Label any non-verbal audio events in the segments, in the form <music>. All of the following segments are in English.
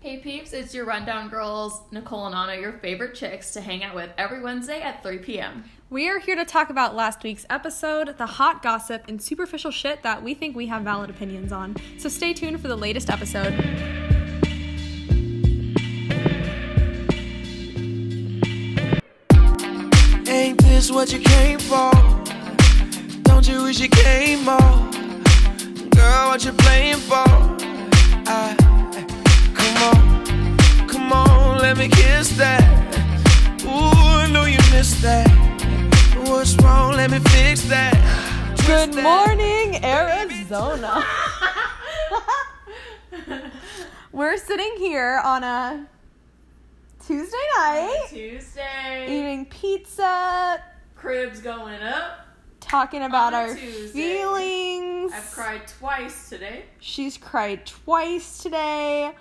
Hey peeps, it's your Rundown Girls, Nicole and Anna, your favorite chicks to hang out with every Wednesday at 3 p.m. We are here to talk about last week's episode, the hot gossip, and superficial shit that we think we have valid opinions on. So stay tuned for the latest episode. Ain't this what you came for? Don't you wish you came more? Girl, what you playing for? I, come on, come on, let me kiss that. Ooh, I know you missed that. What's wrong? Let me fix that. Good morning, Arizona. <laughs> We're sitting here on a Tuesday night, Tuesday, eating pizza, cribs going up. talking about On a our Tuesday. feelings. I've cried twice today. She's cried twice today.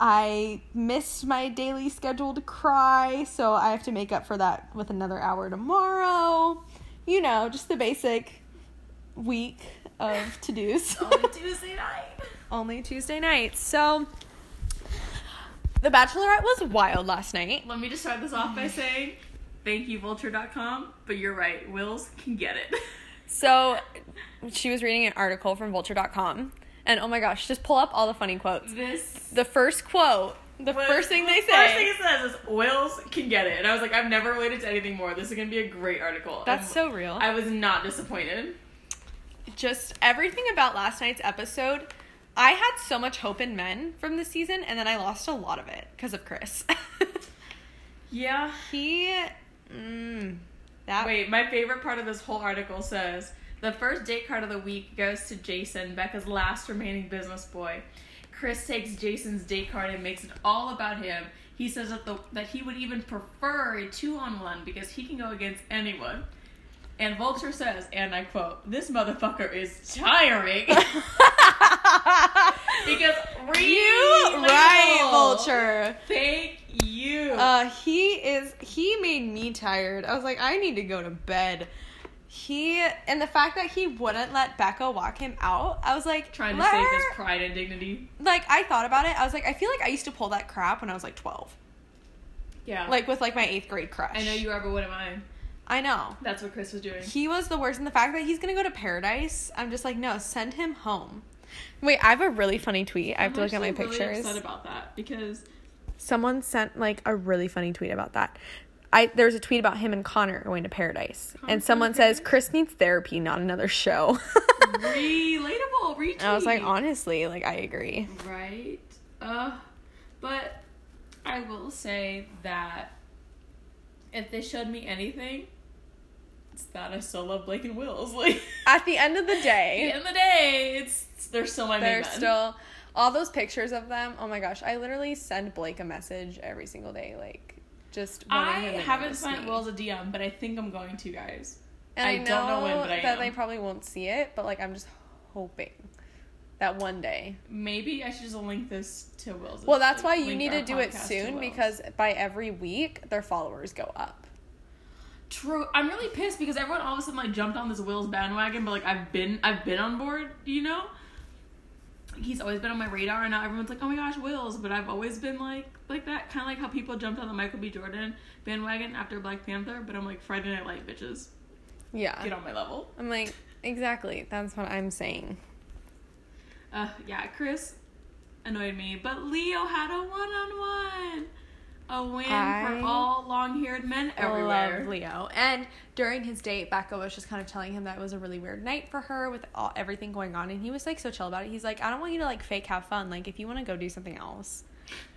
I missed my daily scheduled cry, so I have to make up for that with another hour tomorrow. You know, just the basic week of to dos. <laughs> On <laughs> Tuesday night. Only Tuesday nights. So, The Bachelorette was wild last night. Let me just start this off by saying thank you, vulture.com, but you're right, Wills can get it. <laughs> So, she was reading an article from vulture.com, and oh my gosh, just pull up all the funny quotes. This The first quote, the Well, first thing they say. First thing it says is Wills can get it. And I was like, I've never waited to anything more. This is gonna be a great article. That's And so real. I was not disappointed. just everything about last night's episode. I had so much hope in men from this season, and then I lost a lot of it because of Chris. <laughs> Yeah. he, mm, that Wait, my favorite part of this whole article says the first date card of the week goes to Jason, Becca's last remaining business boy. Chris takes Jason's date card and makes it all about him. He says that, the, that he would even prefer a two on one because he can go against anyone. And Vulture says, and I quote, this motherfucker is <laughs> tiring. because relatable. you right, Vulture. Thank you. Uh, he is. He made me tired. I was like, I need to go to bed. He and the fact that he wouldn't let Becca walk him out, I was like, Trying to let save his her- pride and dignity. Like I thought about it, I was like, I feel like I used to pull that crap when I was like twelve, Yeah. like with like my eighth grade crush. I know you are, but what am I? I know. That's what Chris was doing. He was the worst, and the fact that he's gonna go to paradise, I'm just like, no, send him home. Wait, I have a really funny tweet. I have to look at my actually really pictures. upset about that because Someone sent like a really funny tweet about that. I there was a tweet about him and Connor going to paradise, going and to someone says paradise? Chris needs therapy, not another show. <laughs> relatable. Retweet. And I was like, honestly, like I agree. right. Uh, but I will say that if they showed me anything, it's that I still love Blake and Wills. <laughs> Like At the end of the at <laughs> the day, end of the day, it's they're still my they're main men. still all those pictures of them. Oh my gosh, I literally send Blake a message every single day, like just. wanting I him to haven't notice sent me. Wills a DM, but I think I'm going to, guys. And I I, don't know when, know but I am. that they probably won't see it, but like I'm just hoping that one day. Maybe I should just link this to Wills. Well, that's why Like, you link need our to do it podcast to soon Wills. because by every week their followers go up. True. I'm really pissed because everyone all of a sudden like jumped on this Will's bandwagon, but like I've been I've been on board, you know? He's always been on my radar and now everyone's like, Oh my gosh, Will's but I've always been like like that, kinda like how people jumped on the Michael B. Jordan bandwagon after Black Panther, but I'm like Friday Night Light bitches. Get Yeah. on my level. I'm like, exactly. That's what I'm saying. Uh yeah, Chris annoyed me. But Leo had a one on one. A win I for all long haired men everywhere. Love Leo. And during his date, Becca was just kind of telling him that it was a really weird night for her with all, everything going on. And he was like so chill about it. He's like, I don't want you to like fake have fun. Like, if you want to go do something else.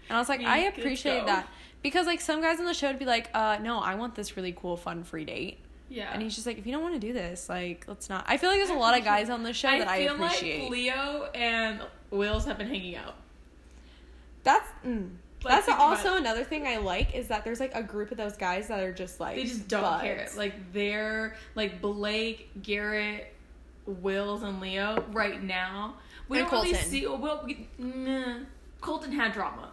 And I was like, You I could go. appreciate that. Because like some guys on the show would be like, uh, no, I want this really cool, fun, free date. Yeah. And he's just like, if you don't want to do this, like, let's not. I feel like there's a lot of guys <laughs> on the show that I feel appreciate. like Leo and Wills have been hanging out. that's mm. Like, that's think about also it. another thing I like is that there's like a group of those guys that are just like They just don't care. buds. Like they're like Blake, Garrett, Wills, and Leo right now. We And don't really Colton. see. oh, Well, we, nah. Colton had drama.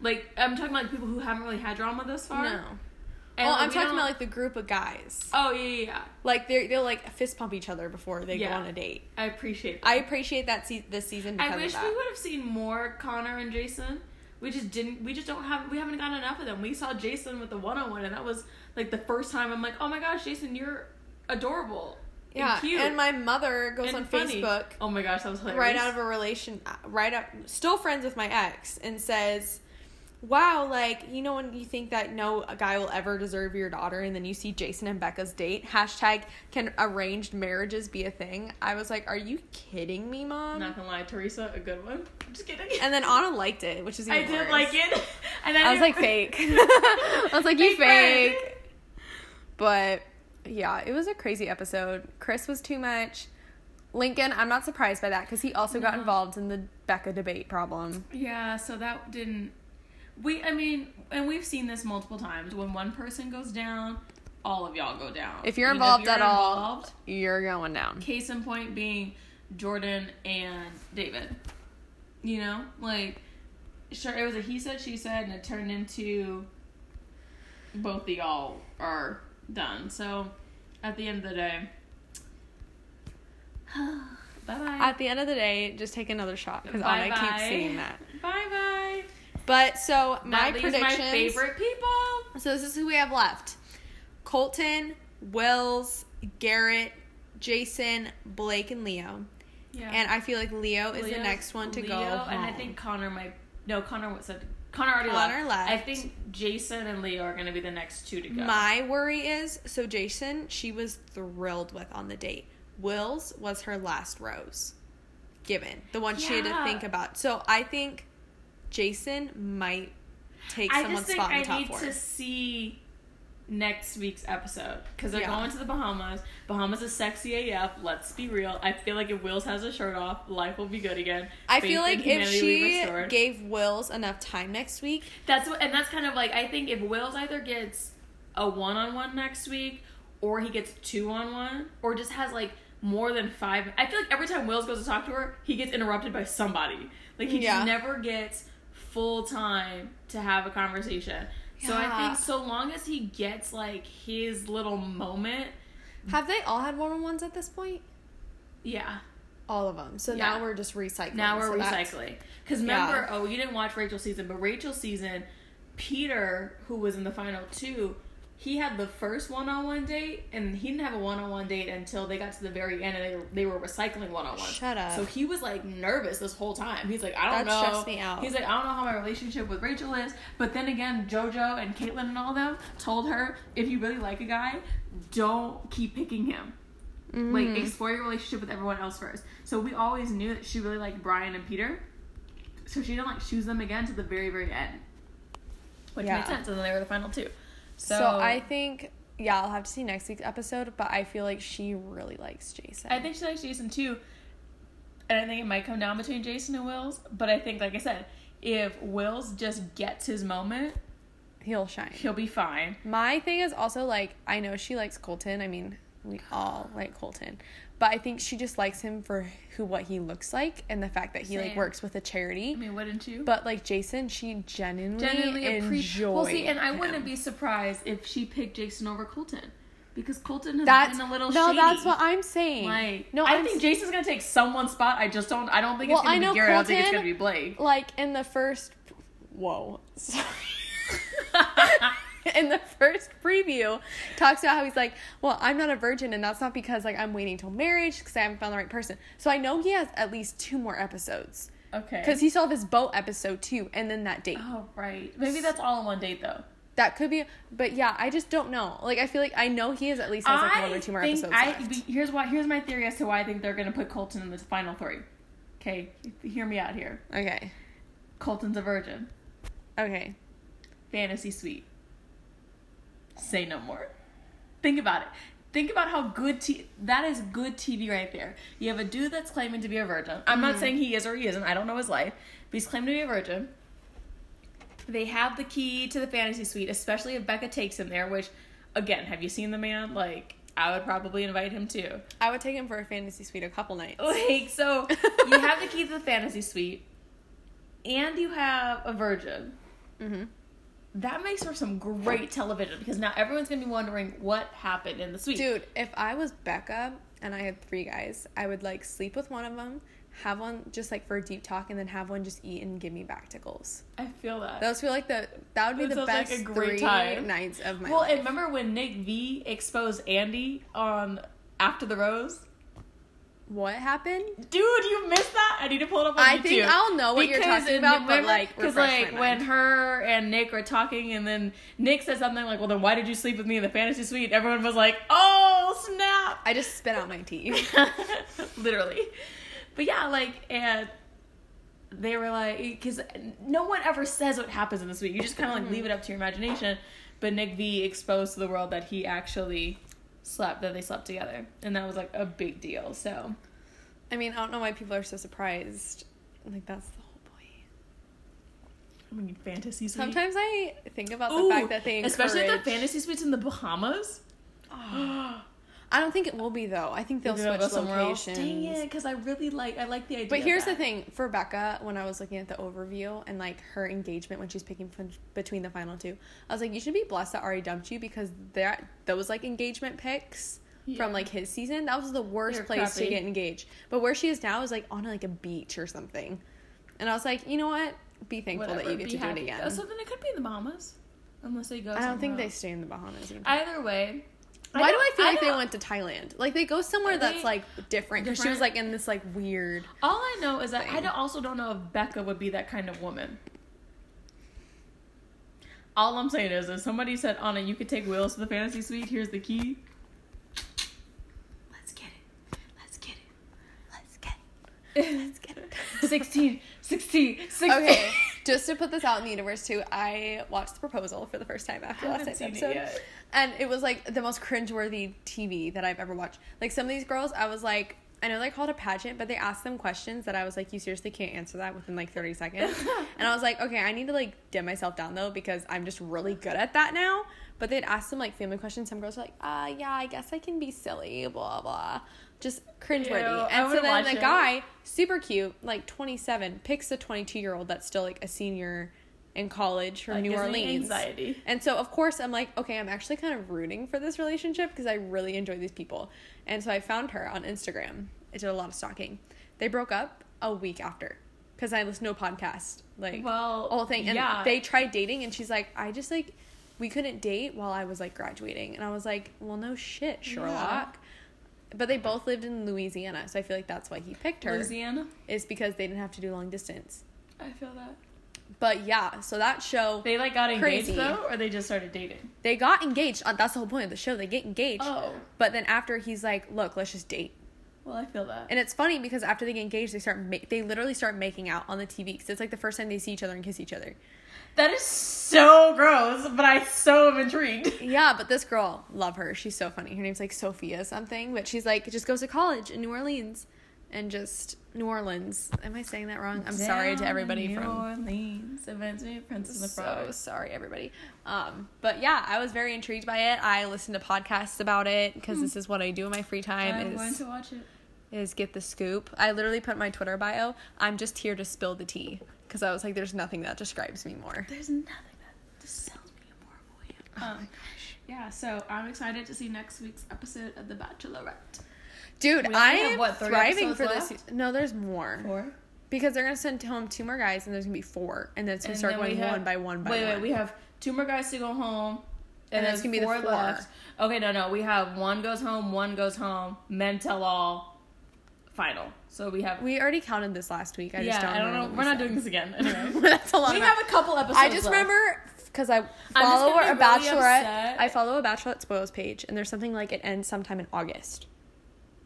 Like I'm talking about people who haven't really had drama thus far. no. And, well, like, I'm we talking don't- about like the group of guys. Oh yeah, yeah, yeah. Like they they'll like fist pump each other before they Yeah. go on a date. I appreciate. That. I appreciate that se- this season because I wish of we that. would have seen more Connor and Jason. we just didn't we just don't have we haven't gotten enough of them. We saw Jason with the one on one and that was like the first time I'm like, Oh my gosh, Jason, you're adorable. and Yeah, cute and my mother goes and on funny." Facebook Oh my gosh, that was hilarious. right out of a relation, uh, right out, still friends with my ex, and says, "Wow, like you know when you think that no a guy will ever deserve your daughter, and then you see Jason and Becca's date." Hashtag Can arranged marriages be a thing? I was like, "Are you kidding me, mom?" not gonna lie, Teresa, a good one. I'm just kidding. And then Anna liked it, which is <laughs> even I did worse. like it. <laughs> And <laughs> I, I didn't- was like fake. <laughs> I was like you friend. fake. But yeah, it was a crazy episode. Chris was too much. Lincoln, I'm not surprised by that because he also got involved in the Becca debate problem. Yeah, so that didn't. We, I mean, and we've seen this multiple times. When one person goes down, all of y'all go down. If you're You know, involved at all- involved, You're going down. Case in point being Jordan and David. You know, like sure it was a he said she said, and it turned into both of y'all are done. So at the end of the day, <sighs> bye bye. At the end of the day, just take another shot because Bye Anna bye. keeps saying that. Bye bye. But so That my leaves predictions. my favorite people. So this is who we have left: Colton, Wills, Garrett, Jason, Blake, and Leo. Yeah. And I feel like Leo is the Leo's- next one to go. Leo, and I home. think Connor might. No, Connor what said Connor already Connor left. left. I think Jason and Leo are going to be the next two to go. My worry is so Jason, she was thrilled with on the date. Will's was her last rose given, the one she had to Yeah. think about. So I think Jason might take I someone's just think spot in I the top need four. to see next week's episode because they're Yeah. going to the Bahamas. Bahamas is sexy AF. Let's be real. I feel like if Wills has a shirt off, life will be good again. I Faith feel in like if humanity will be she restored. gave Will's enough time next week, That's what, and that's kind of like I think if Wills either gets a one on one next week, or he gets two on one, or just has like more than five. I feel like every time Wills goes to talk to her, he gets interrupted by somebody. Like he Yeah. just never gets full time to have a conversation. So I Yeah. think so long as he gets like his little moment, have they all had one on ones at this point? yeah. All of them. So Yeah. now we're just recycling. Now we're So that's- recycling. Because Yeah. remember, oh, you didn't watch Rachel's season, but Rachel's season, Peter, who was in the final two, he had the first one-on-one date, and he didn't have a one-on-one date until they got to the very end, and they, they were recycling one-on-one. Shut up. So he was like nervous this whole time. He's like, I don't That know. stressed me out. He's like, I don't know how my relationship with Rachel is. But then again, JoJo and Caitlin and all them told her, if you really like a guy, don't keep picking him. Mm-hmm. Like explore your relationship with everyone else first. So we always knew that she really liked Brian and Peter. So she didn't like choose them again to the very, very end. Which Yeah. made sense, and then they were the final two. So, So, I think yeah, I'll have to see next week's episode, but I feel like she really likes Jason. I think she likes Jason too. And I think it might come down between Jason and Wills. But I think, like I said, if Wills just gets his moment, he'll shine. he'll be fine. My thing is also like I know she likes Colton. I mean, we all like Colton, but I think she just likes him for who what he looks like and the fact that he like Same. works with a charity. I mean, wouldn't you? But like Jason, she genuinely, Genuinely appreciate. enjoyed. Well, see, and I him. wouldn't be surprised if she picked Jason over Colton, because Colton has That's been a little no. shady. That's what I'm saying. Like, no, I I'm think Jason's gonna take someone's spot. I just don't. I don't think Well, it's gonna I know be Garrett. I don't think it's Colton- gonna be Blake. like in the first whoa <laughs> <laughs> sorry in the first preview talks about how he's like well i'm not a virgin and that's not because like i'm waiting till marriage because i haven't found the right person so i know he has at least two more episodes Okay. because he still have his boat episode too and then that date Oh right. Maybe that's all in one date though. that could be but yeah i just don't know like i feel like i know he has at least has like one or two more think episodes I- left. be- here's why. Here's my theory as to why I think they're gonna put Colton in the final three. Okay, hear me out here. okay Colton's a virgin. okay fantasy suite. Say no more. Think about it. Think about how good t- that is good TV right there. You have a dude that's claiming to be a virgin. I'm not saying he is or he isn't. I don't know his life, but he's claiming to be a virgin. They have the key to the fantasy suite, especially if Becca takes him there. Which, again, have you seen the man? Like, I would probably invite him too. i would take him for a fantasy suite a couple <laughs> nights Like, so you have the key to the fantasy suite, and you have a virgin. Mhm. That makes for some great television because now everyone's gonna be wondering what happened in the suite. Dude, if I was Becca and I had three guys, I would like sleep with one of them, have one just like for a deep talk and then have one just eat and give me back tickles. I feel that. Those feel like the that would be That the sounds like best a great three time. nights of my well, life. and remember when Nick V exposed Andy on After the Rose? what happened? Dude, you missed that. I need to pull it up on I YouTube. think I'll know what you're talking about, but, like, because refresh like my when mind. her and Nick were talking, and then Nick said something like, "Well, then why did you sleep with me in the fantasy suite?" Everyone was like, "Oh snap!" I just spit out my <laughs> tea. Literally, but yeah, like and they were like, because no one ever says what happens in the suite. You just kind of like leave it up to your imagination. But Nick V exposed to the world that he actually slept that they slept together, and that was like a big deal. So I mean, I don't know why people are so surprised. Like that's the whole point. I mean, fantasy suite. Sometimes I think about the Ooh, fact that they encourage... especially the fantasy suites in the Bahamas. I don't think it will be though. I think they'll They're gonna switch go somewhere else. locations. Dang it, because I really like I like the idea. But of here's the that. thing for Becca, when I was looking at the overview and like her engagement when she's picking fin- between the final two, I was like, you should be blessed that Ari dumped you because that those like engagement picks Yeah. from like his season, that was the worst They're place crappy. to get engaged. But where she is now is like on like a beach or something, and I was like, you know what? Be thankful that Whatever, you get be to happy. do it again. Oh, so then it could be in the Bahamas, unless they go. I don't think somewhere they else. stay in the Bahamas. Either. Either way, Why do I don't- feel like they don't- went to Thailand? Like they go somewhere They- that's like different because she was different. like in this like weird. All I know is that I thing. don't- also don't know if Becca would be that kind of woman. All I'm saying is, if somebody said, "Anna, you could take Wills to the fantasy suite. Here's the <laughs> key." Let's get it. Let's get it. Let's get it. <laughs> 16, 16, 16. Okay, <laughs> just to put this out in the universe too, I watched The Proposal for the first time after I last haven't night's seen it episode, yet. and it was like the most cringeworthy TV that I've ever watched. Like some of these girls, I was like, I know they call it a pageant, but they asked them questions that I was like, you seriously can't answer that within like <laughs> thirty seconds, and I was like, okay, I need to like dim myself down though because I'm just really good at that now. But they'd ask them like family questions. Some girls were like, uh, yeah, I guess I can be silly, blah blah, just cringeworthy. Ew, I and so wouldn't then watch the it. guy guy, super cute, like 27, picks a 22 year old that's still like a senior in college from That New gives me Orleans. anxiety. And so, of course, I'm like, okay, I'm actually kind of rooting for this relationship because I really enjoy these people. And so I found her on Instagram. I did a lot of stalking. They broke up a week after because I listened to a podcast, like Well, whole thing. And yeah. they tried dating, and she's like, I just like, we couldn't date while I was like graduating. And I was like, well, no shit, Sherlock. But they both lived in Louisiana, so I feel like that's why he picked her Louisiana. is because they didn't have to do long distance. I feel that. But yeah, so that show They like got engaged Crazy. though, or they just started dating. they got engaged. Uh, That's the whole point of the show. They get engaged. Oh. But then after he's like, "Look, let's just date." Well, I feel that. And it's funny because after they get engaged, they start ma- they literally start making out on the TV because it's like the first time they see each other and kiss each other. That is so gross, but I so am intrigued. Yeah, but this girl, love her. She's so funny. Her name's like Sophia something, but she's like just goes to college in New Orleans, and just New Orleans. Am I saying that wrong? I'm sorry to everybody New from Orleans, events me Princess and the so Frog. sorry everybody um but yeah i was very intrigued by it i listened to podcasts about it because this is what i do in my free time I'm going is, to watch it. is get the scoop i literally put in my twitter bio i'm just here to spill the tea because i was like there's nothing that describes me more There's nothing that just sells me more Oh for you. Um, yeah, so I'm excited to see next week's episode of The Bachelorette. dude only i have, am what, three thriving episodes for this left? se- no there's more Four. because they're gonna send home two more guys and there's gonna be four and then it's gonna start going one by one by wait, one Wait, we have two more guys to go home. And then it's gonna be the four. Okay, no, no. We have one goes home, one goes home, men tell all, final. So we have. We already counted this last week i yeah, just don't I don't know. what we We're not said. doing this <laughs> again. Anyway. that's a <laughs> lot we of have a couple episodes. I just left. remember because I gonna follow be a really bachelorette. upset. I follow a bachelorette spoils page, and there's something like it ends sometime in August.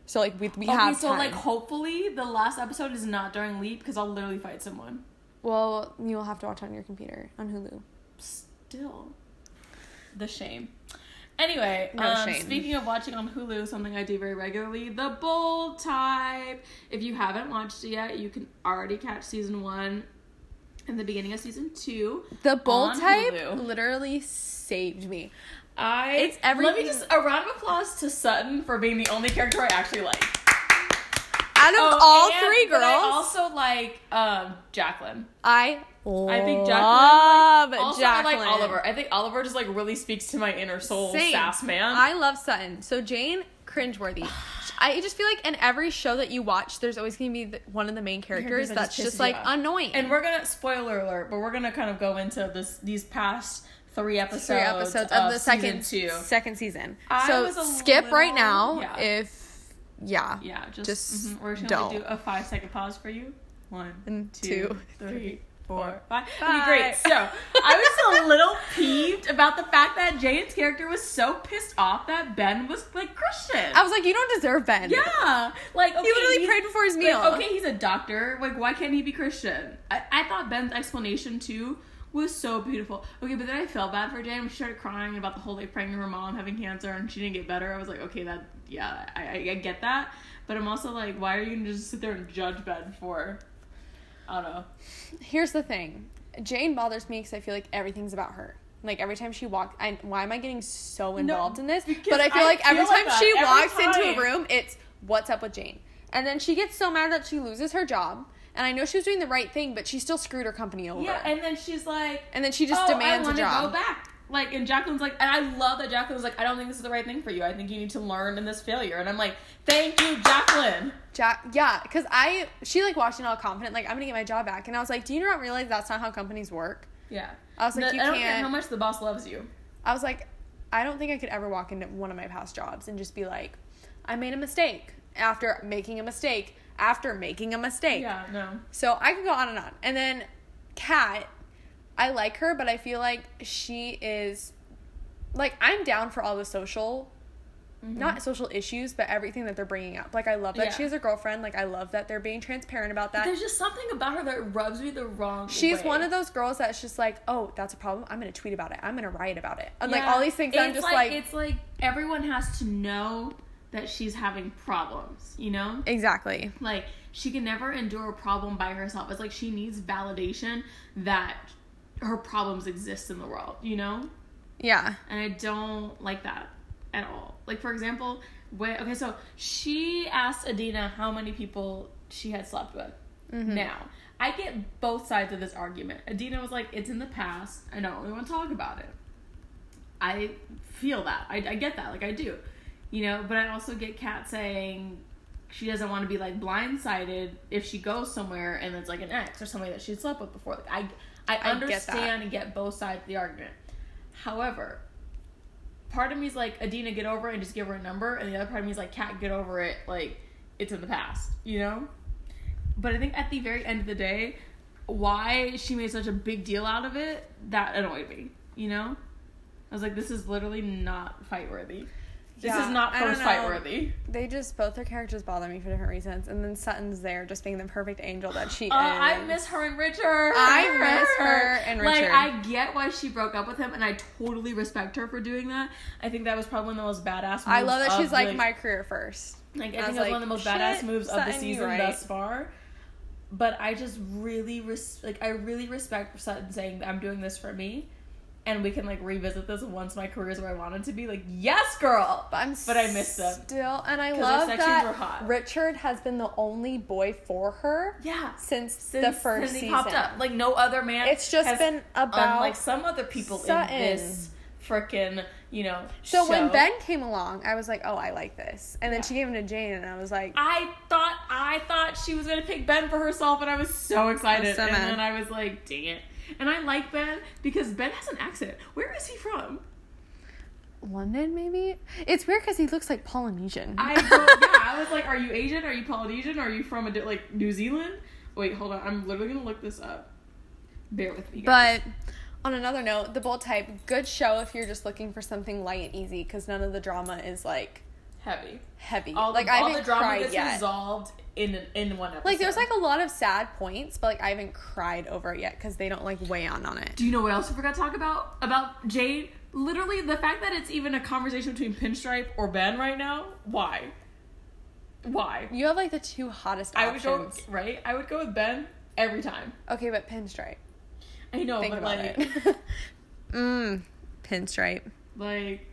So like we we Okay, have so time. like hopefully the last episode is not during leap because I'll literally fight someone. well, you will have to watch on your computer on Hulu. Still, the shame. Anyway, No um, shame. speaking of watching on Hulu, something I do very regularly, The Bold Type. If you haven't watched it yet, you can already catch season one and the beginning of season two. The bold on type Hulu. literally saved me. I It's Let everything- me just a round of applause to Sutton for being the only character I actually like. Out of Oh, all and- three but girls, I I, also like um, Jacqueline. I think Jacqueline. love Also, Jacqueline. I like Oliver. I think Oliver just like really speaks to my inner soul, Same. sass man. I love Sutton. So Jane cringeworthy. <sighs> I just feel like in every show that you watch, there's always going to be the, one of the main characters Characters that that's just just pisses like you off. annoying. And we're gonna spoiler alert, but we're gonna kind of go into this these past three episodes, three episodes of, the uh, season second two. second season. I so was a skip right little- now yeah. if yeah. Yeah, just, Just mhm. we're just gonna don't. do a five second pause for you. One, And two, two, three, three, four, four. five. Bye. Okay, great. So I <laughs> was a little peeved about the fact that Jaden's character was so pissed off that Ben was like Christian. I was like, you don't deserve Ben. yeah, like okay, He literally he's- prayed before his meal. like, okay, he's a doctor. Like, why can't he be Christian? I, I thought Ben's explanation too was so beautiful. Okay, but then I felt bad for Jan. She started crying about the whole day praying to her mom having cancer and she didn't get better. I was like, okay, that yeah, I, I, I get that, but I'm also like, why are you gonna just sit there and judge Ben for? I don't know. Here's the thing. Jane bothers me because I feel like everything's about her. Like every time she walks, I, why am I getting so involved in this? because But I feel I like every feel like time she that, every walks into time. a room, it's what's up with Jane. And then she gets so mad that she loses her job. And I know she was doing the right thing, but she still screwed her company over. Yeah, and then she's like, And then she just "Oh, demands I a wanna job. Go back. Like, and Jacqueline's like, and I love that Jacqueline was like, I don't think this is the right thing for you. I think you need to learn in this failure. And I'm like, thank you, Jacqueline. Jack, yeah, because I she like walked in all confident, like I'm gonna get my job back, and I was like, do you not realize that's not how companies work? Yeah. I was like, No, you I don't care can't- how much the boss loves you. I was like, I don't think I could ever walk into one of my past jobs and just be like, I made a mistake after making a mistake after making a mistake. Yeah, no. So I could go on and on, and then Kat, I like her, but I feel like she is, like I'm down for all the social. Not social issues, but everything that they're bringing up. Like I love that Mm-hmm. Yeah. she has a girlfriend. Like I love that they're being transparent about that. There's just something about her that rubs me the wrong She's way. one of those girls that's just like, oh, that's a problem. I'm gonna tweet about it. I'm gonna write about it. And like Yeah. all these things, I'm It's just like, it's like everyone has to know that she's having problems, you know? exactly. Like she can never endure a problem by herself. It's like she needs validation that her problems exist in the world, you know? Yeah, and I don't like that at all. Like for example, when okay, so she asked Adina how many people she had slept with. Mm-hmm. Now I get both sides of this argument. Adina was like, "It's in the past. I don't really want to talk about it." I feel that. I, I get that. Like I do, you know. But I also get Kat saying she doesn't want to be like blindsided if she goes somewhere and it's like an ex or somebody that she slept with before. Like I, I I get that. understand and get both sides of the argument. However, part of me is like, Adina, get over it and just give her a number, and the other part of me is like, Kat, get over it. Like, it's in the past, you know? But I think at the very end of the day, why she made such a big deal out of it, that annoyed me, you know? I was like, this is literally not fight worthy. This Yeah, is not I don't first fight know. worthy. they just both their characters bother me for different reasons. And then Sutton's there, just being the perfect angel that she Uh, I is. miss her and Richard. I miss her and <laughs> Like Richard. I get why she broke up with him, and I totally respect her for doing that. I think that was probably one of the most badass. Moves I love that of, she's like, my career first. Like I, I think was that's one like, of the most "Shit, badass moves of the Sutton, you season right." thus far. But I just really res- like I really respect Sutton saying I'm doing this for me, and we can like revisit this once my career's where I wanted to be. Like yes, girl. But I'm But I miss them. still, and I 'Cause their love sections that were hot. Richard has been the only boy for her Yeah. since, Since the first Cindy season. popped up, like no other man. It's just has- been about unlike some other people Sutton. in this freaking you know. So when show. Ben came along, I was like, "Oh, I like this." And then Yeah. she gave him to Jane, and I was like, I thought I thought she was gonna pick Ben for herself, and I was so excited. so and mad. then I was like, "Dang it!" And I like Ben because Ben has an accent. Where is he from? "London, maybe." It's weird because he looks like Polynesian. I <laughs> don't- yeah, I was like, "Are you Asian? Are you Polynesian? Are you from a di- like New Zealand?" Wait, hold on. I'm literally gonna look this up. Bear with me, guys. but on another note, The Bold Type, good show if you're just looking for something light and easy because none of the drama is like heavy. heavy. All like the, I all haven't the drama cried gets yet. resolved in an- in one episode. Like there's like a lot of sad points, but like I haven't cried over it yet because they don't like weigh on on it. Do you know what else we forgot to talk about? About Jade? Literally, the fact that it's even a conversation between Pinstripe or Ben right now. Why? Why? You have like the two hottest I would options. go right. I would go with Ben every time. okay, but pinstripe. I know, Think but about like, it. <laughs> mm, pinstripe. <laughs> like,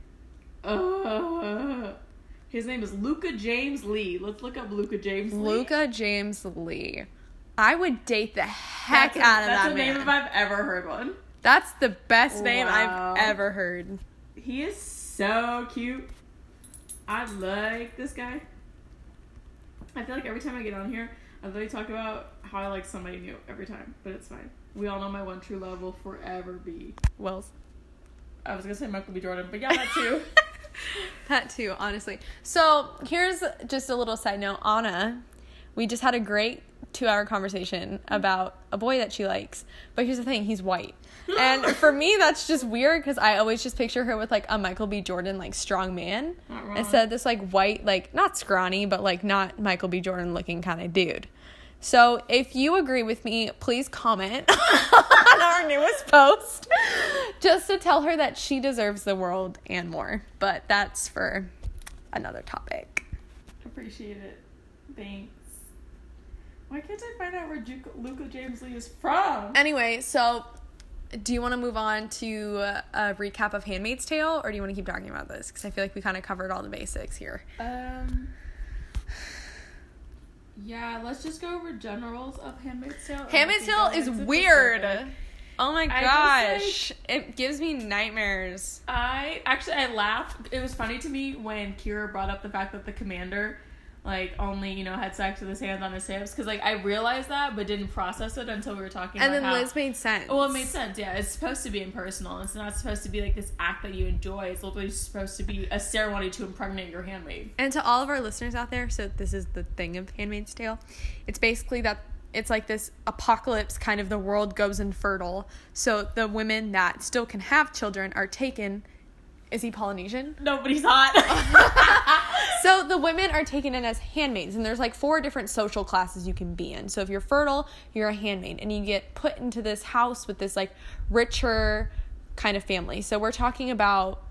uh, his name is Luca James Lee. Let's look up Luca James Lee. Luca James Lee. I would date the heck That's a- out of that's that a man. name if I've ever heard one. that's the best name Wow. I've ever heard. He is so cute. I like this guy. I feel like every time I get on here, I literally talk about how I like somebody new every time, but it's fine. We all know my one true love will forever be Wells. I was gonna say Michael B. Jordan, but yeah, that <laughs> too. <laughs> that too, honestly. So here's just a little side note. Anna, we just had a great two hour conversation about a boy that she likes. But here's the thing, he's white. <laughs> And for me that's just weird because I always just picture her with like a Michael B. Jordan like strong man. Not wrong. Instead of this like white, like not scrawny, but like not Michael B. Jordan looking kind of dude. So if you agree with me, please comment <laughs> on our newest post just to tell her that she deserves the world and more. But that's for another topic. Appreciate it. Thanks. Why can't I find out where Ju- Luca James Lee is from? Anyway, so do you want to move on to uh, a recap of Handmaid's Tale or do you want to keep talking about this? Because I feel like we kind of covered all the basics here. Um. Yeah, let's just go over generals of Handmaid's Tale. and we Handmaid's can Tale go is into weird. specific. Oh my I gosh. just, it gives me nightmares. I actually I laughed. It was funny to me when Kira brought up the fact that the commander, like, only you know had sex with his hands on his hips because like I realized that but didn't process it until we were talking. And about then how- Liz made sense. Well, it made sense. Yeah, it's supposed to be impersonal. It's not supposed to be like this act that you enjoy. It's literally supposed to be a ceremony to impregnate your handmaid. And to all of our listeners out there, so this is the thing of Handmaid's Tale. It's basically that it's like this apocalypse kind of the world goes infertile. So the women that still can have children are taken. Is he Polynesian? Nobody's <laughs> hot. So the women are taken in as handmaids, and there's like four different social classes you can be in. So if you're fertile, you're a handmaid, and you get put into this house with this like richer kind of family. So we're talking about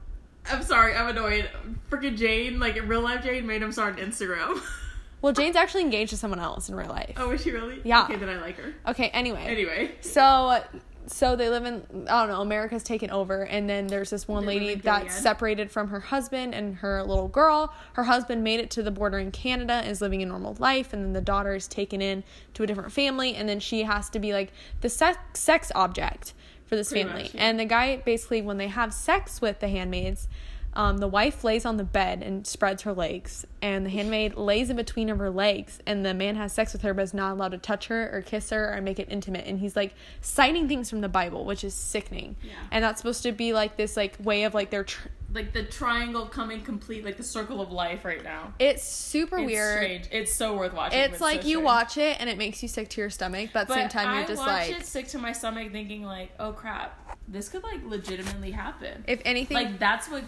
I'm sorry. I'm annoyed. Freaking Jane, like real life Jane, made him start an Instagram. <laughs> well, Jane's actually engaged to someone else in real life. oh, was she really? Yeah. Okay, then I like her. Okay, anyway. Anyway. So so they live in I don't know, America's taken over and then there's this one They live lady in that's Gilead. separated from her husband and her little girl. Her husband made it to the border in Canada and is living a normal life and then the daughter is taken in to a different family and then she has to be like the sex sex object for this Pretty family. much, yeah. And the guy basically when they have sex with the handmaids um, the wife lays on the bed and spreads her legs, and the handmaid lays in between of her legs, and the man has sex with her but is not allowed to touch her or kiss her or make it intimate. And he's like citing things from the Bible, which is sickening. Yeah. And that's supposed to be like this like way of like their. Tr- Like the triangle coming complete, like the circle of life right now. it's super It's weird. strange. It's so worth watching. but It's so like you strange. watch it and it makes you sick to your stomach, but at the But same time you're I just watch like, it sick to my stomach, thinking like, oh crap, this could like legitimately happen. if anything, like that's what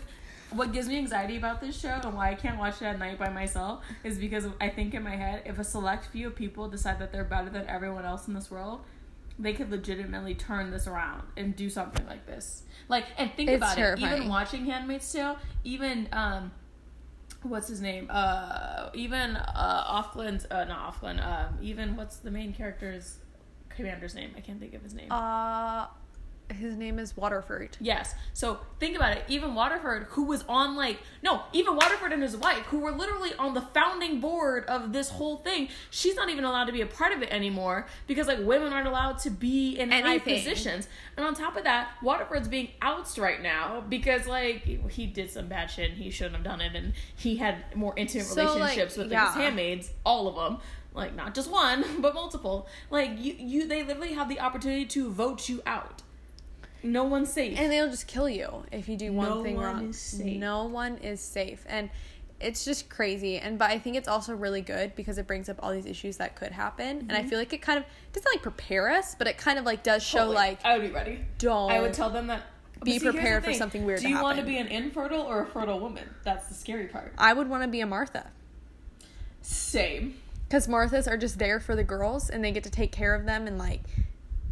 what gives me anxiety about this show and why I can't watch it at night by myself is because I think in my head if a select few of people decide that they're better than everyone else in this world, they could legitimately turn this around and do something like this. Like and think It's about it. terrifying. Even watching Handmaid's Tale, even um what's his name? Uh even uh Offlin's uh not Offlin, um even what's the main character's commander's name? I can't think of his name. uh, his name is Waterford. Yes. So think about it. Even Waterford, who was on like no, even Waterford and his wife, who were literally on the founding board of this whole thing, she's not even allowed to be a part of it anymore because like women aren't allowed to be in high Anything. positions. And on top of that, Waterford's being outsed right now because like he did some bad shit and he shouldn't have done it, and he had more intimate So, like, relationships with yeah. his handmaids, all of them. Like not just one, <laughs> but multiple. Like you, you, they literally have the opportunity to vote you out. No one's safe. and they'll just kill you if you do one No thing one wrong. is safe. No one is safe, and it's just crazy. And but I think it's also really good because it brings up all these issues that could happen, and Mm-hmm. I feel like it kind of doesn't like prepare us, but it kind of like does show Totally. like I would be ready. don't. I would tell them that Be But here's the prepared for thing. something weird Do to you want to happen. be an infertile or a fertile woman? That's the scary part. I would want to be a Martha Same. because Marthas are just there for the girls, and they get to take care of them and like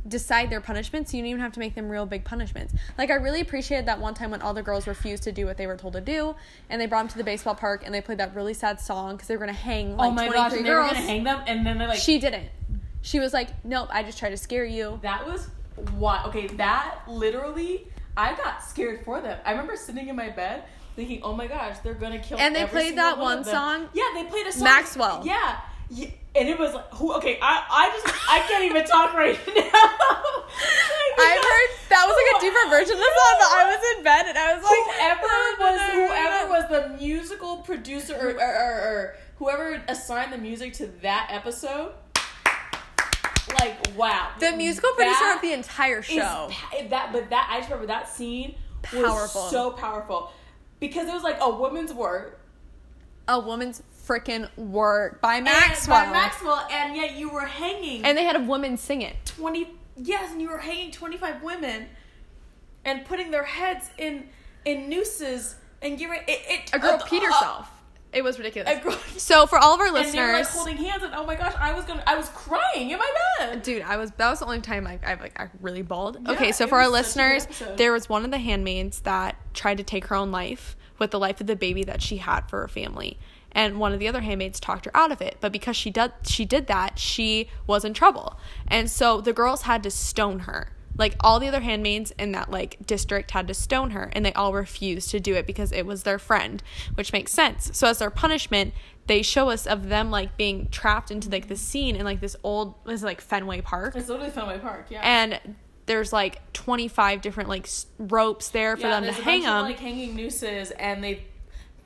decide their punishments. So you don't even have to make them real big punishments. Like I really appreciated that one time when all the girls refused to do what they were told to do, and they brought them to the baseball park and they played that really sad song because they were gonna hang like oh my 23 gosh, and girls. they were gonna hang them, and then they're like, She didn't. She was like, "Nope, I just tried to <laughs> scare you." that was what? Okay, that literally, I got scared for them. I remember sitting in my bed thinking, oh my gosh, they're gonna kill. And they every played single that one of one them. song? Yeah, they played a song. Maxwell. Yeah. Yeah, and it was like, who? Okay, I, I just, I can't even talk right <laughs> now. I heard that was like a deeper version of the song, but I was in bed and I was <laughs> like, Oh whoever was whoever was the musical producer or, or, or, or whoever assigned the music to that episode like wow the musical producer That of the entire is show. pa- that but that i just remember that scene Powerful. was so powerful because it was like a woman's work a woman's freaking work by and, Maxwell. by maxwell and yet you were hanging and they had a woman sing it. 20 yes and you were hanging 25 women and putting their heads in in nooses and giving it, it A girl uh, peed uh, herself. It was ridiculous. a girl <laughs> So for all of our and they were like listeners, holding hands and oh my gosh i was gonna i was crying in my bed dude, I was that was the only time I I, like, I really bawled. okay, Yeah, so it for our was such a good listeners, episode. there was one of the handmaids that tried to take her own life with the life of the baby that she had for her family. And one of the other handmaids talked her out of it, but because she did she did that, she was in trouble. And so the girls had to stone her. Like all the other handmaids in that like district had to stone her and they all refused to do it because it was their friend, which makes sense. So as their punishment, they show us of them like being trapped into like the scene in like this old was it, like Fenway Park it's literally fenway park yeah and there's like 25 different like s- ropes there for yeah, them there's to a hang bunch of, them. like hanging nooses and they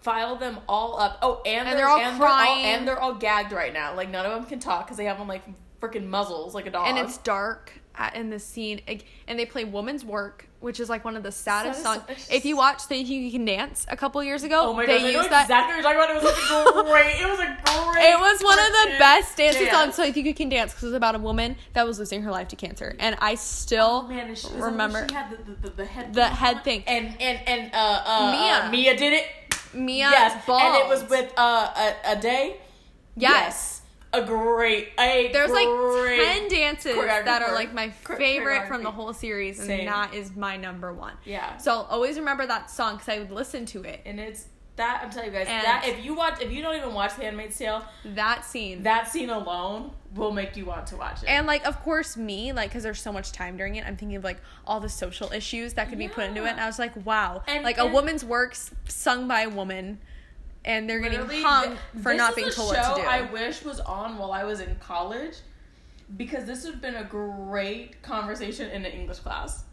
file them all up oh and, And they're all crying. and they're all gagged right now like none of them can talk because they have them like freaking muzzles like a dog and it's dark at, in the scene, Ig- and they play "Woman's Work," which is like one of the saddest songs. Saddest- If you watched "Think You Can Dance" a couple years ago, Oh my they god, I know used that. exactly what you're talking about. It was like a <laughs> great. It was a great. It was one of the freaking best dances dance. on "So I Think You Can Dance" because it was about a woman that was losing her life to cancer, and I still Oh, Man, and she, was remember She had the, the, the, the head. the head thing. And and and uh, uh Mia. uh, Mia did it. Mia Yes, balls. and it was with uh a, a day. yes. a great. A There's like great, ten dances that are choreographer. like my Chor- favorite from the choreography. whole series, and Same. that is my number one. Yeah. So I'll always remember that song because I would listen to it. and it's that I'm telling you guys And- that if you watch if you don't even watch The Handmaid's Tale, That scene. that scene alone will make you want to watch it. and like of course me like because there's so much time during it i'm thinking of like all the social issues that could be put into it Yeah. and i was like wow And- like a and- woman's works sung by a woman and they're Literally, getting hung th- for this not is being a told what show to do I wish was on while I was in college because this would have been a great conversation in an English class.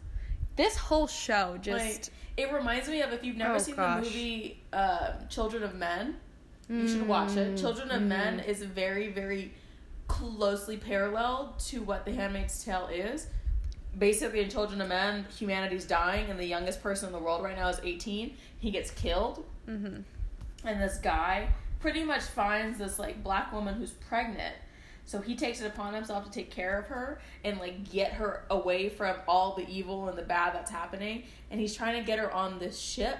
this whole show just Like, it reminds me of if you've never Oh, seen gosh. the movie uh, Children of Men, you should watch Mm. it. Children of Men Mm-hmm. is very, very closely parallel to what The Handmaid's Tale is. Basically, in Children of Men, humanity's dying, and the youngest person in the world right now is 18. He gets killed. And this guy pretty much finds this, like, black woman who's pregnant. So he takes it upon himself to take care of her and like get her away from all the evil and the bad that's happening. And he's trying to get her on this ship.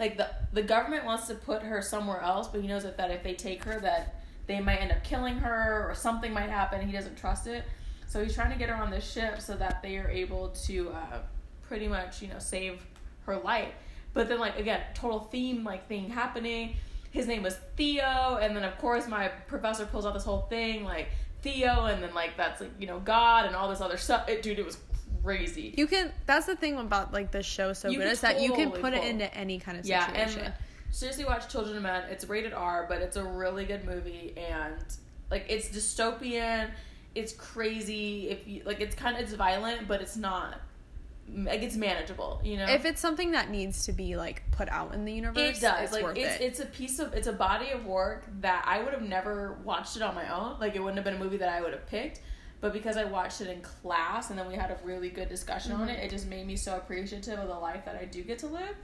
Like the the government wants to put her somewhere else, but he knows that, that if they take her that they might end up killing her or something might happen. He doesn't trust it. So he's trying to get her on this ship so that they are able to uh, pretty much, you know, save her life. But then like again, total theme like thing happening. His name was Theo, and then of course my professor pulls out this whole thing like Theo, and then like that's like you know God and all this other stuff. It, dude, it was crazy. you can that's the thing about like this show so You good can is that you can totally put it pull. into any kind of yeah, situation and seriously, watch Children of Men. It's rated R, but it's a really good movie, and like it's dystopian. It's crazy. If you like, it's kind of it's violent, but it's not like it's manageable. You know, if it's something that needs to be like put out in the universe, it does It's like worth it's it. it's a piece of it's a body of work that i would have never watched it on my own like it wouldn't have been a movie that i would have picked but because i watched it in class and then we had a really good discussion on Mm-hmm. it it just made me so appreciative of the life that i do get to live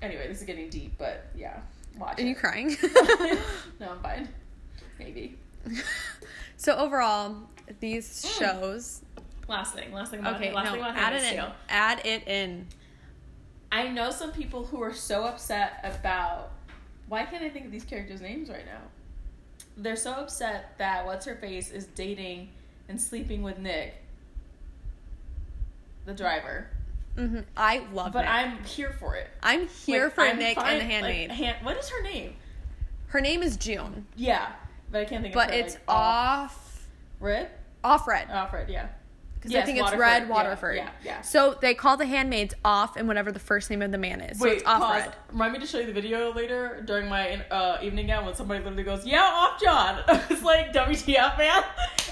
anyway this is getting deep but yeah watch Are you it <laughs> crying? no i'm fine maybe <laughs> so overall, these shows. last thing last thing about Okay, Hmm. last no, thing about add Handmaid's it in. Tale. Add it in. i know some people who are so upset about why can't I think of these characters' names right now? They're so upset that what's her face is dating and sleeping with Nick, the driver. hmm I love But Nick. I'm, I'm here for it. here Like, for I'm Nick fine- and the handmaid. Like, hand, what is her name? her name is June, Yeah, but I can't think but of. her, it's like, off Red. off red Offred, yeah. because because Uh, I Yes, think it's Waterford. Red Yeah, Waterford. yeah, yeah. So they call the handmaids off and whatever the first name of the man is. So it's off pause. Red. Remind me to show you the video later during my uh, evening gown when somebody literally goes, "Yeah, off John." <laughs> it's like WTF, man.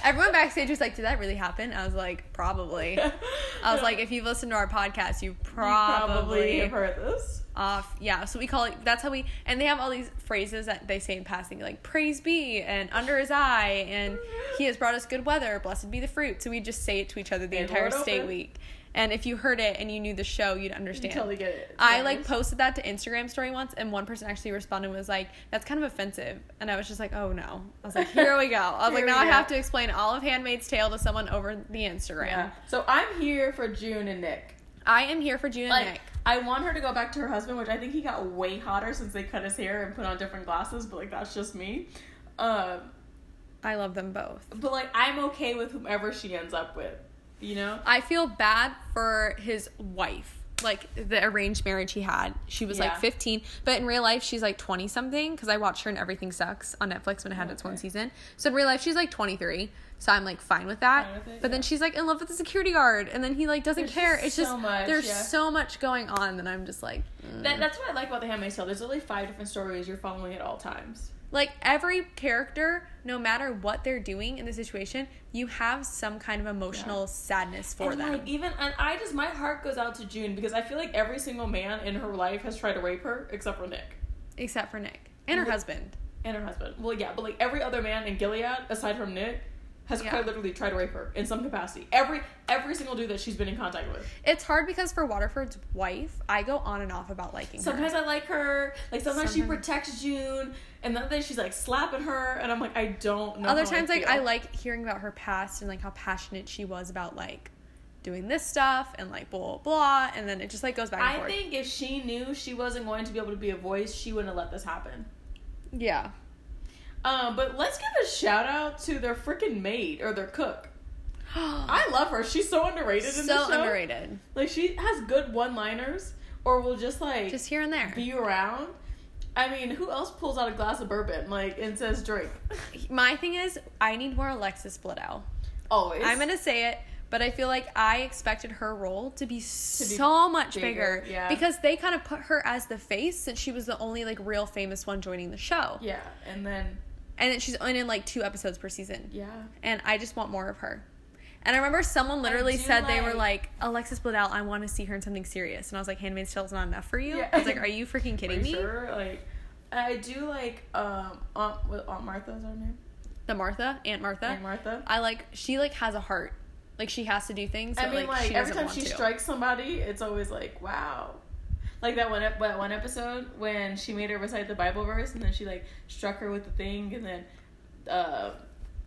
Everyone backstage was like, "Did that really happen?" I was like, <laughs> "Probably." I was like, "If you've listened to our podcast, you probably probably, have heard this. off." Yeah. So we call it. That's how we. And they have all these phrases that they say in passing, like "Praise be" and "Under His eye" <laughs> and "He has brought us good weather, blessed be the fruit." So we just say it to each other the And entire Lord state open. week. And if you heard it and you knew the show, you'd You understand. totally get it. I like Yes. posted that to Instagram story once, and one person actually responded and was like, "That's kind of offensive," and I was just like, "Oh no!" I was like, "Here we go." I was like, Here "Now we I go. have to explain all of Handmaid's Tale to someone over the Instagram." Yeah. So I'm here for June and Nick. I am here for June and Like, Nick. I want her to go back to her husband, which I think he got way hotter since they cut his hair and put on different glasses. But like, that's just me. Um, I love them both. but like, I'm okay with whomever she ends up with. You know. I feel bad for his wife. Like the arranged marriage he had, she was like Yeah. 15, but in real life she's like 20 something. Because I watched her in Everything Sucks on Netflix when it had its one season. So in real life she's like 23, so I'm like fine with that. Fine with it, but then yeah. she's like in love with the security guard, and then he like doesn't There's care. just It's just so much, there's yeah. so much going on that I'm just like, mm. That, that's what I like about the Handmaid's Tale. There's only five different stories you're following at all times. like every character, no matter what they're doing in the situation, you have some kind of emotional sadness for and them. like even and I just my heart goes out to June because I feel like every single man in her life has tried to rape her except for Nick except for Nick and her Wh- husband. and her husband. Well, yeah, but like every other man in Gilead aside from Nick has Yeah. quite literally tried to rape her in some capacity. Every every single dude that she's been in contact with. It's hard because for Waterford's wife, I go on and off about liking her. Sometimes I like her. Like sometimes, she Sometimes- protects June, and the other day she's like slapping her, and I'm like, I don't know. Other how times, like feel. I like hearing about her past and like how passionate she was about like doing this stuff and like blah blah, blah and then it just like goes back and I forth. think if she knew she wasn't going to be able to be a voice, she wouldn't have let this happen. <gasps> yeah, Um, but let's give a shout out to their freaking maid or their cook. I love her. She's so underrated in the so show. underrated. Like she has good one-liners, or will just like Just here and there. be around. I mean, who else pulls out a glass of bourbon like and says drink? <laughs> My thing is, I need more Alexis Bledel. Always. I'm gonna say it, but I feel like I expected her role to be so much bigger, bigger, yeah. because they kind of put her as the face since she was the only like real famous one joining the show, Yeah, and then and then she's only in like two episodes per season. yeah. and I just want more of her. And I remember someone literally do said they were like, like- Alexis Bledel, I want to see her in something serious. And I was like, Handmaid's Tale is not enough for you. Yeah. I was like, Are you freaking kidding Are me? you sure? Like, I do like um Aunt what, Aunt Martha's her name. The Martha, Aunt Martha. Aunt Martha. I like she like has a heart. Like she has to do things. I that, mean, like, like, she every doesn't time want she to. strikes somebody, it's always like, wow. Like that one, ep- that one episode when she made her recite the Bible verse, and then she like struck her with the thing, and then uh,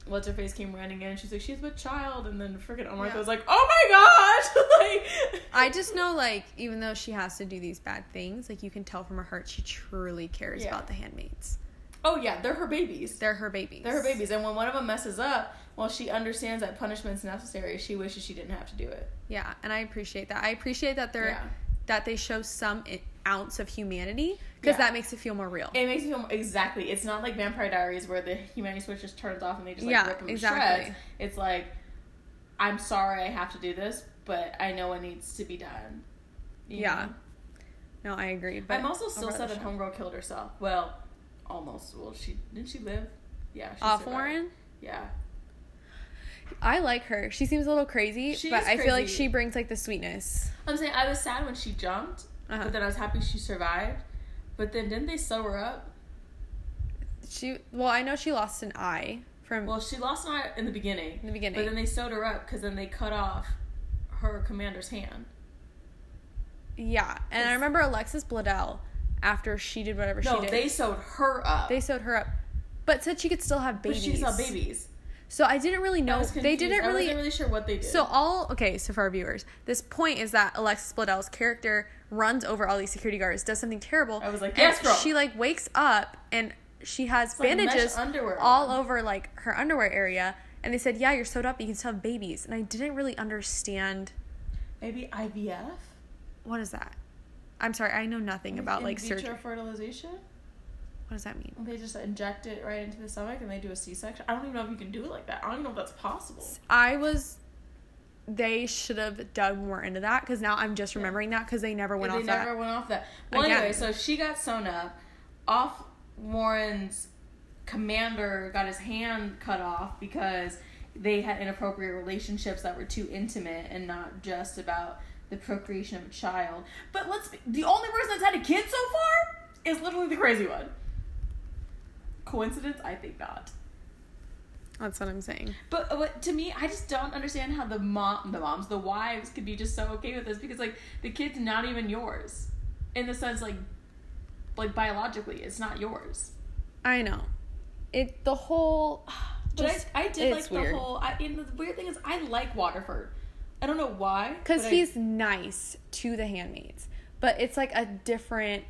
what's her face came running in. She's like, she's a child, and then freaking Omar Yeah. was like, oh my gosh, <laughs> like I just know like even though she has to do these bad things, like you can tell from her heart she truly cares Yeah. about the handmaids. oh yeah, they're her babies. They're her babies. They're her babies, and when one of them messes up, well, she understands that punishment's necessary. She wishes she didn't have to do it. Yeah, and I appreciate that. I appreciate that they're Yeah. that they show some i- ounce of humanity because Yeah. that makes it feel more real. It makes me feel exactly. It's not like Vampire Diaries where the humanity switch just turns off and they just like Yeah, rip them exactly. to shreds. It's like I'm sorry I have to do this, but I know it needs to be done. You Yeah. know? No, I agree. But I'm also still overall, sad that the show- Homegirl killed herself. Well, almost. Well, she didn't she live? Yeah. She Off survived. Warren, Yeah. I like her. She seems a little crazy, She but is I feel like crazy. she brings like the sweetness. I'm saying I was sad when she jumped, Uh-huh. but then I was happy she survived. But then didn't they sew her up? She well, I know she lost an eye from Well, she lost an eye in the beginning. In the beginning. But then they sewed her up because then they cut off her commander's hand. yeah, and I remember Alexis Bledel after she did whatever No, she did. they sewed her up. they sewed her up, but said she could still have but babies. she saw babies. So I didn't really I know. was They confused. didn't I really. wasn't really sure what they did. So all okay. So for our viewers, this point is that Alexis Bledel's character runs over all these security guards, does something terrible. I was like, and "Yes, girl." She like wakes up and she has like mesh bandages underwear all on. over like her underwear area, and they said, "Yeah, you're sewed up. You can still have babies." And I didn't really understand maybe IVF, what is that. I'm sorry, I know nothing about like in vitro surgery. What fertilization. does that mean? They just inject it right into the stomach and they do a C-section. I don't even know if you can do it like that. I don't even know if that's possible. I was they should have dug more into that because now I'm just remembering that because they never went they off never that. went off that. Well, Again. anyway, so she got sewn up. Off Warren's commander got his hand cut off because they had inappropriate relationships that were too intimate and not just about the procreation of a child. But let's be, the only person that's had a kid so far is literally the crazy one. Coincidence? I think not. That's what I'm saying. But, but to me, I just don't understand how the mom, the moms, the wives could be just so okay with this because like the kid's not even yours, in the sense like, like biologically, it's not yours. I know. It the whole. But just- I, I did like it's weird. the whole. I, and the weird thing is, I like Waterford. I don't know why. because but I- he's nice to the handmaids, but it's like a different.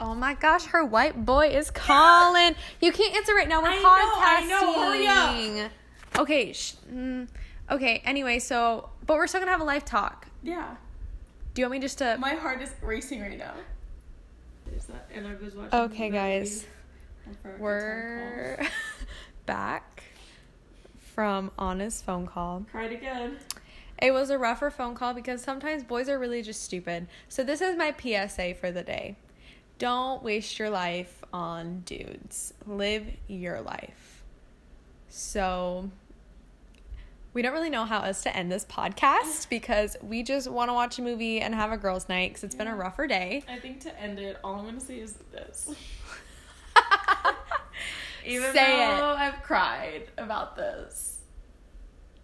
Oh my gosh, her white boy is calling. You can't answer right now. We're I know, I know. podcasting. Hurry up. Okay. Sh- mm, okay. Anyway, so but we're still gonna have a live talk. yeah. Do you want me just to? My heart is racing right now. There's that, and I was watching. okay, that guys, movie for a good time we're <laughs> back from Anna's phone call. call. Cried again. It was a rougher phone call because sometimes boys are really just stupid. So, this is my PSA for the day don't waste your life on dudes, live your life. So, we don't really know how else to end this podcast because we just want to watch a movie and have a girls' night because it's been a rougher day. I think to end it, all I'm gonna say is this. <laughs> Even Even Say though it. I've cried about this,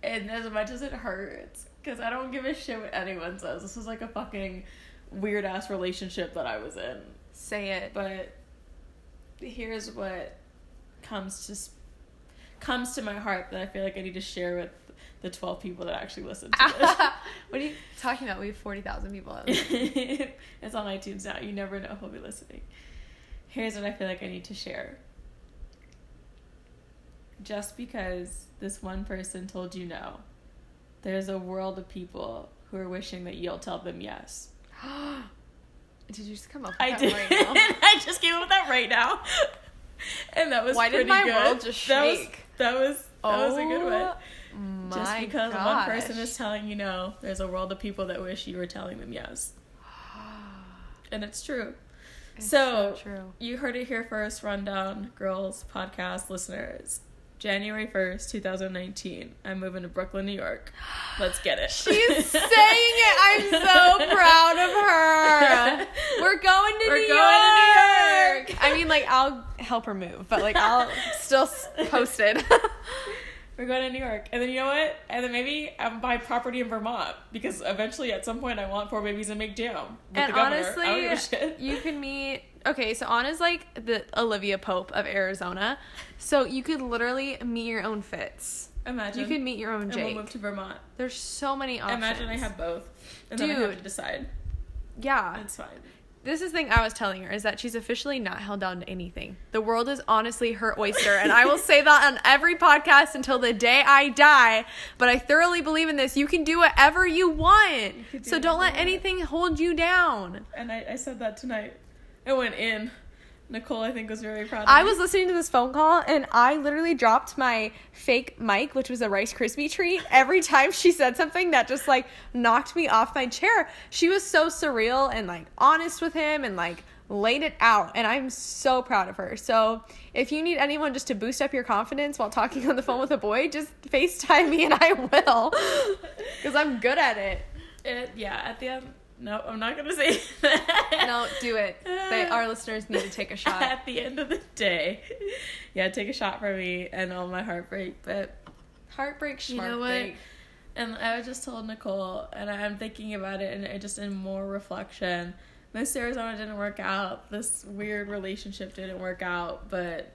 and as much as it hurts, because I don't give a shit what anyone says, this was like a fucking weird ass relationship that I was in. Say it. But here's what comes to s- comes to my heart that I feel like I need to share with the 12 people that actually <laughs> listen to this. <laughs> what are you talking about? We have 40,000 <gasps> people. <laughs> it's on iTunes now. You never know who'll be listening. Here's what I feel like I need to share. Just because this one person told you no, there's a world of people who are wishing that you'll tell them yes. Did you just come up with I that did. right <laughs> now? <laughs> I just came up with that right now. <laughs> And that was Why pretty did my good. world just That was- shake? Oh That was that was a good one. one. Just because one person is <gasps> telling you no, there's a world of people that wish you were telling them yes. And it's true. so, true. you heard it here first, Rundown Girls podcast listeners. January 1st, 2019. I'm moving to Brooklyn, New York. Let's get it. <gasps> <laughs> She's saying it. I'm so proud of her. <laughs> We're going to, We're New, going to New York. York. I mean, like, I'll help her move, but like, I'll <laughs> still s- post it. <laughs> We're going to New York. And then you know what? And then maybe I'm buy property in Vermont because eventually at some point I want four babies and make jam. With <laughs> and the governor. I don't give a honestly, shit. you can meet. Okay, so Anna's like the Olivia Pope of Arizona, so you could literally meet your own fits. <laughs> Imagine. You could meet your own and we'll Jake. move to Vermont. There's so many options. Imagine I have both. And then I have to Dude. decide. Yeah, It's fine. this is the thing I was telling her is that she's officially not held down to anything. The world is honestly her oyster, and I will say that on every podcast until the day I die. But I thoroughly believe in this. You can do whatever you want. could do so don't let whatever you want. anything hold you down. And I, I said that tonight. It went in. Nicole, I think, was very proud of I me. was listening to this phone call and I literally dropped my fake mic, which was a Rice Krispie treat, every time she said something that just like knocked me off my chair. She was so surreal and like honest with him and like laid it out. And I'm so proud of her. So if you need anyone just to boost up your confidence while talking on the phone with a boy, just FaceTime me and I will <laughs> because I'm good at it. It, yeah, at the end. No, I'm not going to say that. No, do it. They, our listeners need <laughs> to take a shot. At the end of the day. Yeah, take a shot for me and all my heartbreak. But Heartbreak, You smart know what? And I was just told Nicole, and I'm thinking about it, and it just in more reflection. Miss Arizona didn't work out. This weird relationship didn't work out, but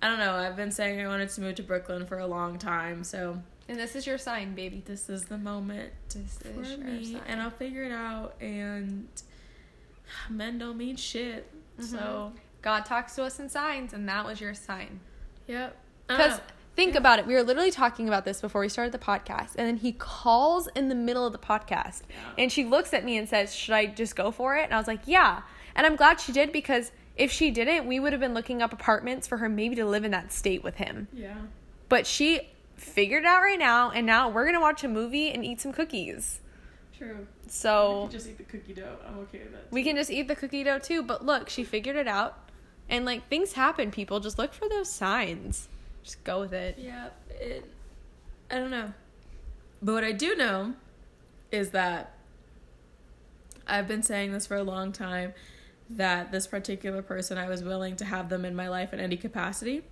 I don't know. I've been saying I wanted to move to Brooklyn for a long time, so And this is your sign, baby. this is the moment This for me, and I'll figure it out. And men don't mean shit, so God talks to us in signs, and that was your sign. yep. I don't Because know. think about it. We were literally talking about this before we started the podcast, and then he calls in the middle of the podcast, and she looks at me and says, "Should I just go for it?" And I was like, "Yeah." And I'm glad she did because if she didn't, we would have been looking up apartments for her maybe to live in that state with him. yeah. But she figure it out right now, and now we're gonna watch a movie and eat some cookies. True. Oh. I So could just eat the cookie dough. I'm okay with that. we can just eat the cookie dough too. But look, she figured it out, and like things happen. People just look for those signs. Just go with it. Yeah. It, I don't know. But what I do know is that I've been saying this for a long time that this particular person, I was willing to have them in my life in any capacity.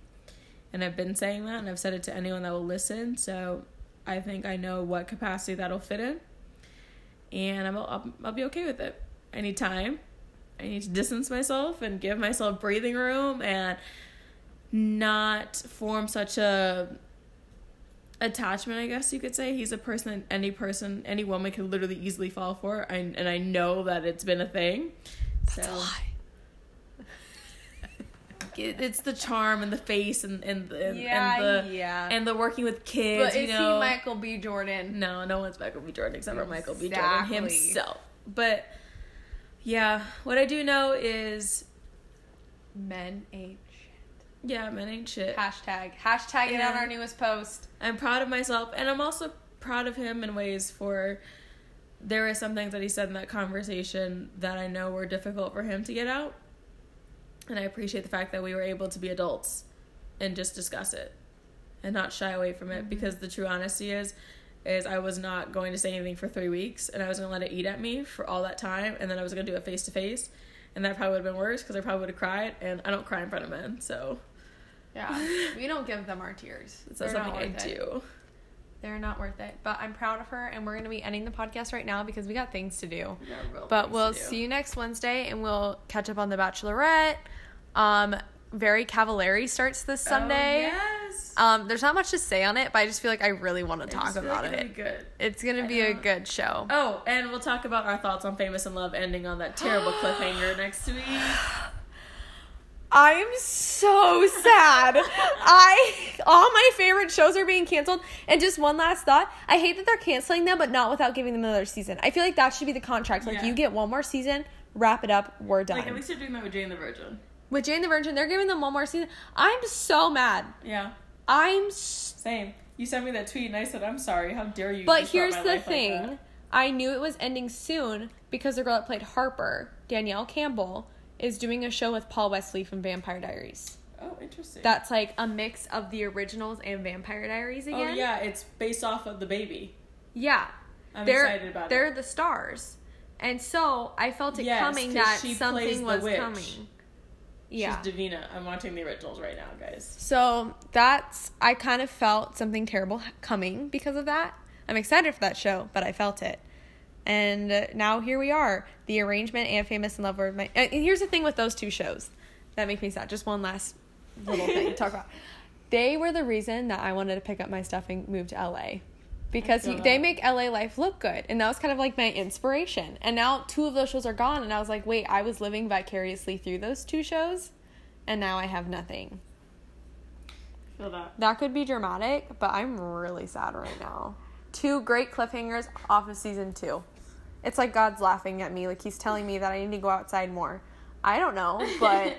And I've been saying that, and I've said it to anyone that will listen. So I think I know what capacity that'll fit in. And I'm, I'll, I'll be okay with it. I need time. I need to distance myself and give myself breathing room and not form such a attachment, I guess you could say. He's a person that any person, any woman could literally easily fall for. I, and I know that it's been a thing. so. <laughs> It, it's the charm and the face and and the, and, the yeah. and the working with kids. but you is know, he Michael B. Jordan? no, no one's Michael B. Jordan except for Michael B. Jordan Exactly. himself. But yeah, what I do know is Men ain't yeah, men ain't shit. Hashtag. Hashtag it on Yeah. our newest post. I'm proud of myself, and I'm also proud of him in ways for there were some things that he said in that conversation that I know were difficult for him to get out, and I appreciate the fact that we were able to be adults and just discuss it and not shy away from Mm-hmm. it because the true honesty is is I was not going to say anything for three weeks and I was gonna let it eat at me for all that time and then I was gonna do it face to face and that probably would have been worse because I probably would have cried and I don't cry in front of men so Yeah. <laughs> we don't give them our tears. it's They're not something not I worth it. do. They're not worth it. But I'm proud of her, and we're going to be ending the podcast right now because we got things to do. But we'll see you next Wednesday, and we'll catch up on The Bachelorette. Um, very Cavallari starts this Sunday. Oh, yes. Um, there's not much to say on it, but I just feel like I really want to talk It's really about gonna be it. Good. It's gonna be a good show. Oh, and we'll talk about our thoughts on Famous in Love ending on that <gasps> terrible cliffhanger next week. I'm so sad. I all my favorite shows are being canceled. And just one last thought: I hate that they're canceling them, but not without giving them another season. I feel like that should be the contract. Like Yeah. you get one more season, wrap it up, we're done. Like at least they're doing that with Jane the Virgin. With Jane the Virgin, they're giving them one more season. I'm so mad. Yeah, I'm. s same. You sent me that tweet and I said, "I'm sorry. How dare you?" but just brought here's my the life like thing: that." I knew it was ending soon because the girl that played Harper, Danielle Campbell, is doing a show with Paul Wesley from Vampire Diaries. oh, interesting. That's like a mix of the originals and Vampire Diaries oh again. yeah, it's based off of the baby. Yeah. I'm they're, excited about They're it. the stars. And so I felt it Yes, coming 'cause that she plays something the was witch. coming. Yeah. She's Davina. I'm watching the originals right now, guys. so that's, I kind of felt something terrible h- coming because of that. I'm excited for that show, but I felt it. And uh, now here we are, The Arrangement and Famous in Love were my. And and here's the thing with those two shows that make me sad. Just one last little thing to talk about. They were the reason that I wanted to pick up my stuff and move to LA because you, they make LA life look good. And that was kind of like my inspiration. And now two of those shows are gone. And I was like, wait, I was living vicariously through those two shows. And now I have nothing. Feel that. That could be dramatic, but I'm really sad right now. Two great cliffhangers off of season two. It's like God's laughing at me. Like he's telling me that I need to go outside more. I don't know, but.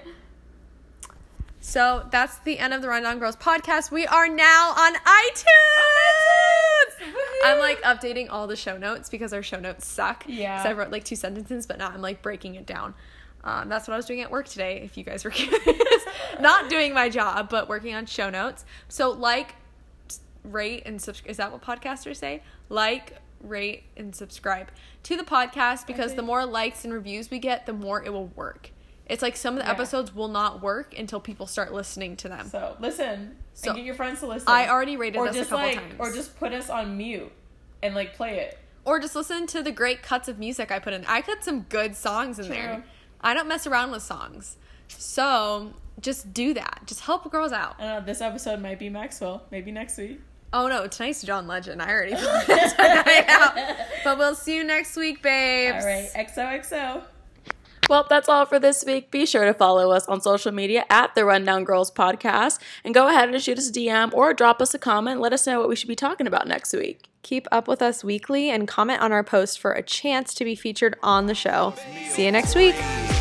so that's the end of the Rundown Girls podcast. We are now on iTunes! I'm like updating all the show notes because our show notes suck. Yeah. So I wrote like two sentences, but now I'm like breaking it down. Um, that's what I was doing at work today, if you guys were <laughs> curious. Not doing my job, but working on show notes. So, like, s- rate, and subscribe. Is that what podcasters say? Like, rate, and subscribe to the podcast because the more likes and reviews we get, the more it will work. It's like some of the episodes will not work until people start listening to them. So listen So- and get your friends to listen. I already rated or us a just couple like, times. or just put us on mute and like play it. or just listen to the great cuts of music I put in. I cut some good songs in there. True. I don't mess around with songs. So just do that. Just help girls out. I don't know. This episode might be Maxwell. Maybe next week. Oh no, tonight's John Legend. I already <laughs> planned tonight out. But we'll see you next week, babes. All right. XOXO. Well, that's all for this week. Be sure to follow us on social media at the Rundown Girls Podcast and go ahead and shoot us a DM or drop us a comment. Let us know what we should be talking about next week. Keep up with us weekly and comment on our post for a chance to be featured on the show. See you next week. Please